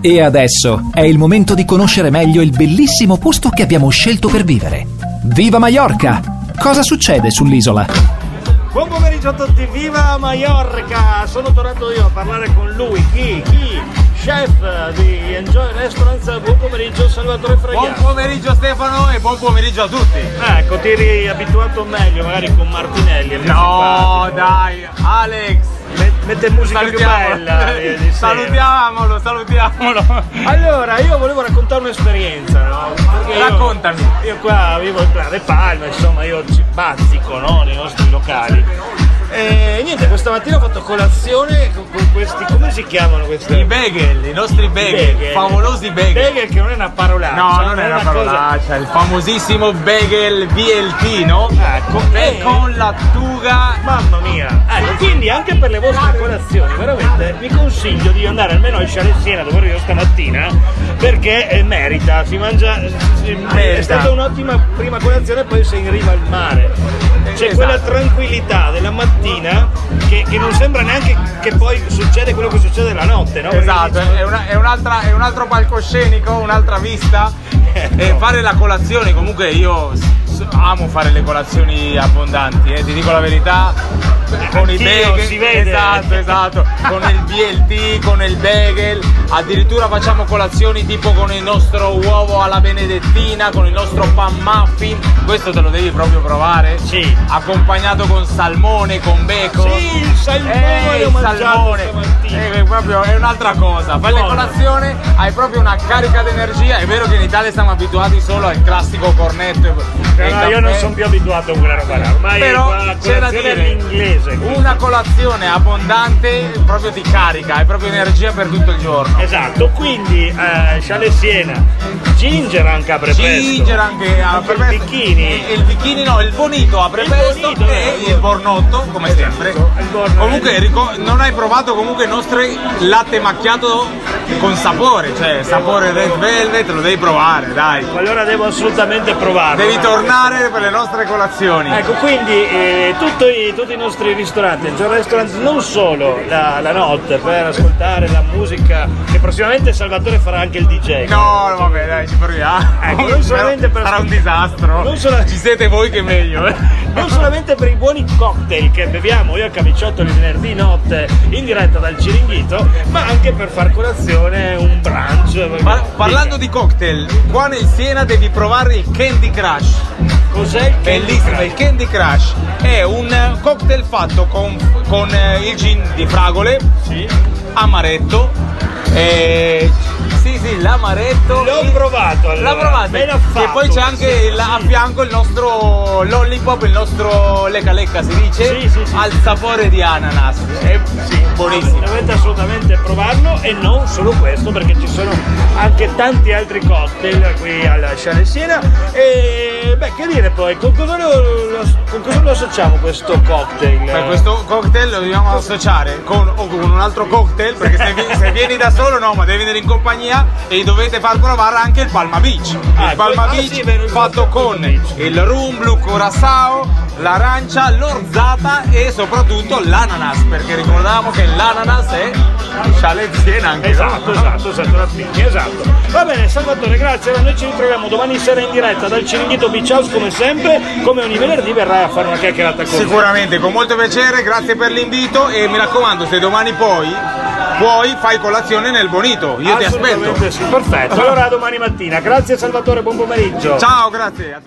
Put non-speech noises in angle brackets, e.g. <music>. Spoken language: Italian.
E adesso è il momento di conoscere meglio il bellissimo posto che abbiamo scelto per vivere. Viva Mallorca! Cosa succede sull'isola? Buon pomeriggio a tutti, viva Mallorca! Sono tornato io a parlare con lui, chi? Chi? Chef di Enjoy Restaurants, buon pomeriggio Salvatore Buon Fragliano. pomeriggio Stefano e buon pomeriggio a tutti. Ecco, ti eri abituato meglio magari con Martinelli. è più No, simpatico. dai, Alex. Met- Mette musica più bella. eh, di <laughs> Salutiamolo, sera. salutiamolo, salutiamolo. Allora, io volevo raccontare un'esperienza, no? Perché io- Raccontami. Io qua vivo in Piana de Palma, insomma, io ci bazzico no, nei nostri locali. E niente, questa mattina ho fatto colazione con, con questi, come si chiamano questi? I bagel, i nostri bagel, favolosi bagel. Bagel che non è una parolaccia. No, non è è una cosa- parolaccia, il famosissimo bagel bieltino Ecco, e eh. con lattuga Mamma mia! Ecco, quindi anche per le vostre colazioni, veramente vi consiglio di andare almeno al Siena dove ero io stamattina, perché eh, merita, si mangia. eh, si- Merita. È stata un'ottima prima colazione e poi sei in riva al mare. C'è Esatto. quella tranquillità della mattina che, che non sembra neanche che poi succede quello che succede la notte, no? Perché Esatto, dici- è, una- è un'altra- è un altro palcoscenico, <laughs> un'altra vista. E fare la colazione, comunque io s- amo fare le colazioni abbondanti, eh, ti dico la verità. Con i Anch'io, bagel, si vede. esatto, esatto, con il BLT, con il bagel, addirittura facciamo colazioni tipo con il nostro uovo alla benedettina, con il nostro pan muffin, questo te lo devi proprio provare. Sì. Accompagnato con salmone, con bacon. Sì, il salmone Eh, l'ho il mangiato salmone. stamattina. Eh, è proprio è un'altra cosa. Fai la Buono. colazione, hai proprio una carica d'energia. È vero che in Italia siamo abituati solo al classico cornetto. e- e No, no, io caffè, non sono più abituato a quella roba là, ormai Però qua la c'è da colazione dire, è l'inglese. una colazione abbondante proprio ti carica, hai proprio energia per tutto il giorno. Esatto, quindi eh, Chalet Siena, Ginger anche a prepesto. Ginger anche ah, a Anche il prepesto. bikini. Eh, Il, il bikini no, il bonito a prepesto bonito, e ecco. il bornotto come Esatto, sempre. il eh. borno- Comunque Enrico, non hai provato comunque il nostro latte macchiato con sapore, cioè sapore red velvet, lo devi provare, dai. Allora devo assolutamente provarlo. Devi tornare per le nostre colazioni. Ecco, quindi eh, tutto i- tutti i nostri ristoranti, cioè il restaurant non solo la, la notte per ascoltare la musica, che prossimamente Salvatore farà anche il DJ. No, vabbè, dai, ci proviamo. Ecco, non solamente per- Sarà un disastro. Non solo- Ci siete voi che è meglio. eh. <laughs> Non solamente per i buoni cocktail che beviamo io a Camicciotto il venerdì notte in diretta dal Ciringhito, ma anche per far colazione un brunch. Par- parlando di cocktail, qua nel Siena devi provare il Candy Crush. cos'è il Bellissimo, il Candy Crush è un eh, cocktail fatto con, con, eh, il gin di fragole, Sì. amaretto, e... sì sì, l'amaretto. L'ho il- provato, allora. L'ho provato. Ben affatto. e poi c'è anche Sì, il- a sì. fianco il nostro lollipop, il nostro lecca lecca si dice, Sì, sì, sì. al sapore di ananas. Eh, È buonissimo. Dovete assolutamente provarlo e non solo questo perché ci sono anche tanti altri cocktail qui alla Chalet Siena e beh che dire poi con cosa lo, lo- con cosa lo associamo questo cocktail? Per questo cocktail lo dobbiamo associare con, o con un altro cocktail, perché se, vi- se vieni da solo no, ma devi venire in compagnia e dovete far provare anche il Palma Beach. Ah, il Palma poi- ah, Beach sì, è vero, il fatto Palma con Beach. il rum, blu curaçao, l'arancia, l'orzata e soprattutto l'ananas, perché ricordavamo che l'ananas è scialeziena anche. Esatto, no? esatto, esatto, la pigna, esatto. Va bene, Salvatore, grazie. Allora, noi ci ritroviamo domani sera in diretta dal Ciringhito Beach House come sempre, come ogni venerdì verrai a fare una chiacchierata con me. Sicuramente, con molto piacere, grazie per l'invito e mi raccomando, se domani poi puoi fai colazione nel Bonito, io ti aspetto. Assolutamente sì, perfetto. Allora a domani mattina. Grazie Salvatore, buon pomeriggio. Ciao, grazie. a tutti.